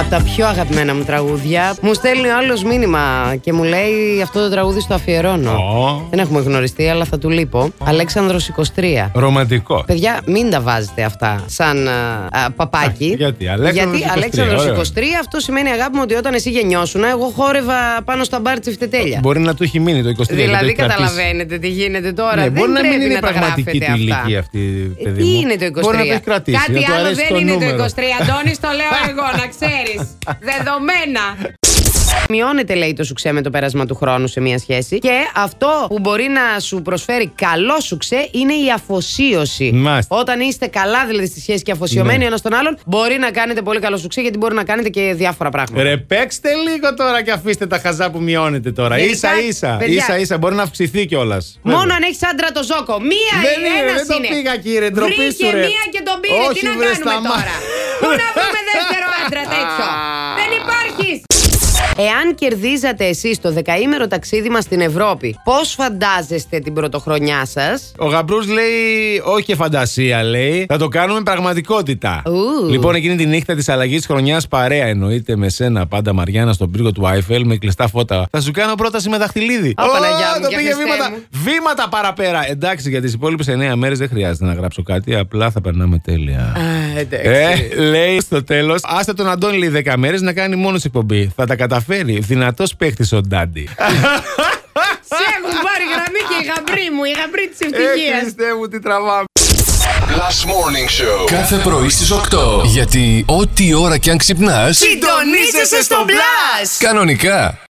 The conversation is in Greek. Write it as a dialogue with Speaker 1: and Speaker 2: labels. Speaker 1: Από τα πιο αγαπημένα μου τραγούδια. Μου στέλνει ο άλλος μήνυμα και μου λέει αυτό το τραγούδι στο αφιερώνω.
Speaker 2: Ω.
Speaker 1: Δεν έχουμε γνωριστεί, αλλά θα του λείπω. Αλέξανδρος 23.
Speaker 2: Ρομαντικό.
Speaker 1: Παιδιά, μην τα βάζετε αυτά σαν α, α, παπάκι.
Speaker 2: Εντάξει, γιατί, Αλέξανδρος 23,
Speaker 1: Αλέξανδρος
Speaker 2: ωραίο.
Speaker 1: 23, αυτό σημαίνει αγάπη μου ότι όταν εσύ γεννιώσουν, εγώ χόρευα πάνω στα μπαρ τσιφτετέλια.
Speaker 2: Μπορεί να του έχει μείνει το 23. γιατί
Speaker 1: Δηλαδή,
Speaker 2: έχει κρατήσει.
Speaker 1: καταλαβαίνετε τι γίνεται τώρα.
Speaker 2: Ναι,
Speaker 1: δεν
Speaker 2: μπορεί να μην
Speaker 1: πρέπει
Speaker 2: είναι η
Speaker 1: τα
Speaker 2: πραγματική
Speaker 1: γράφετε
Speaker 2: του
Speaker 1: αυτά.
Speaker 2: ηλικία αυτή,
Speaker 1: Ε,
Speaker 2: παιδί
Speaker 1: τι
Speaker 2: μου.
Speaker 1: είναι το 23.
Speaker 2: Μπορεί να το έχει κρατήσει. να
Speaker 1: Κάτι
Speaker 2: του
Speaker 1: άλλο
Speaker 2: αρέσει
Speaker 1: δεν είναι
Speaker 2: νούμερο.
Speaker 1: το 23. Αντώνης, το λέω εγώ, να ξέρεις. Δεδομένα. Μειώνεται, λέει, το σουξέ με το πέρασμα του χρόνου σε μια σχέση. Και αυτό που μπορεί να σου προσφέρει καλό σουξέ είναι η αφοσίωση.
Speaker 2: Μάλιστα.
Speaker 1: Όταν είστε καλά, δηλαδή, στη σχέση και αφοσιωμένοι
Speaker 2: Ναι.
Speaker 1: ένας τον άλλον, μπορεί να κάνετε πολύ καλό σουξέ γιατί μπορεί να κάνετε και διάφορα πράγματα.
Speaker 2: Ρε παίξτε λίγο τώρα και αφήστε τα χαζά που μειώνεται τώρα.
Speaker 1: Γενικά,
Speaker 2: ίσα ίσα,
Speaker 1: παιδιά.
Speaker 2: ίσα ίσα μπορεί να αυξηθεί κιόλας.
Speaker 1: Μόνο αν έχεις άντρα το ζόκο. Μία
Speaker 2: Δεν
Speaker 1: ή
Speaker 2: είναι,
Speaker 1: ένας
Speaker 2: δεν το
Speaker 1: είναι.
Speaker 2: πήγα, κύριε, ντροπή σου,
Speaker 1: Βρήκε
Speaker 2: ρε.
Speaker 1: μία και τον πήρε.
Speaker 2: Όχι,
Speaker 1: Τι να
Speaker 2: βρε,
Speaker 1: κάνουμε
Speaker 2: σταμά-
Speaker 1: τώρα. Πού να βρούμε δεύτερο άντρα τέτοιο. δεν υπάρχει. Εάν κερδίζατε εσείς το δεκαήμερο ταξίδι μας στην Ευρώπη, πώς φαντάζεστε την πρωτοχρονιά σας.
Speaker 2: Ο Γαμπρούς λέει: Όχι και φαντασία, λέει. Θα το κάνουμε πραγματικότητα.
Speaker 1: Ου.
Speaker 2: Λοιπόν, εκείνη τη νύχτα της αλλαγής χρονιάς, παρέα εννοείται με σένα πάντα, Μαριάννα, στον πύργο του Άιφελ με κλειστά φώτα. Θα σου κάνω πρόταση με δαχτυλίδι.
Speaker 1: Α,
Speaker 2: Ω,
Speaker 1: Παναγιά μου,
Speaker 2: το
Speaker 1: για
Speaker 2: πήγε
Speaker 1: Χριστέ
Speaker 2: βήματα,
Speaker 1: μου.
Speaker 2: βήματα παραπέρα. Εντάξει, για τις υπόλοιπες 9 μέρες δεν χρειάζεται να γράψω κάτι. Απλά θα περνάμε τέλεια. Ε, λέει στο τέλος, άστε τον Αντώνη λέει 10 μέρες να κάνει μόνος εκπομπή. Θα τα καταφέρει. Δυνατός παίχτης ο Ντάντι.
Speaker 1: Σε έχουν πάρει γραμμή και η γαμπρή μου, η γαμπρή της
Speaker 2: Ε,
Speaker 1: ευτυχίας.
Speaker 2: Χριστέ μου, τι τραβάμε.
Speaker 3: Last Morning Show.
Speaker 4: Κάθε πρωί στις 8. Γιατί ό,τι ώρα κι αν ξυπνάς,
Speaker 1: Συντονίζεσαι στο μπλα!
Speaker 4: κανονικά.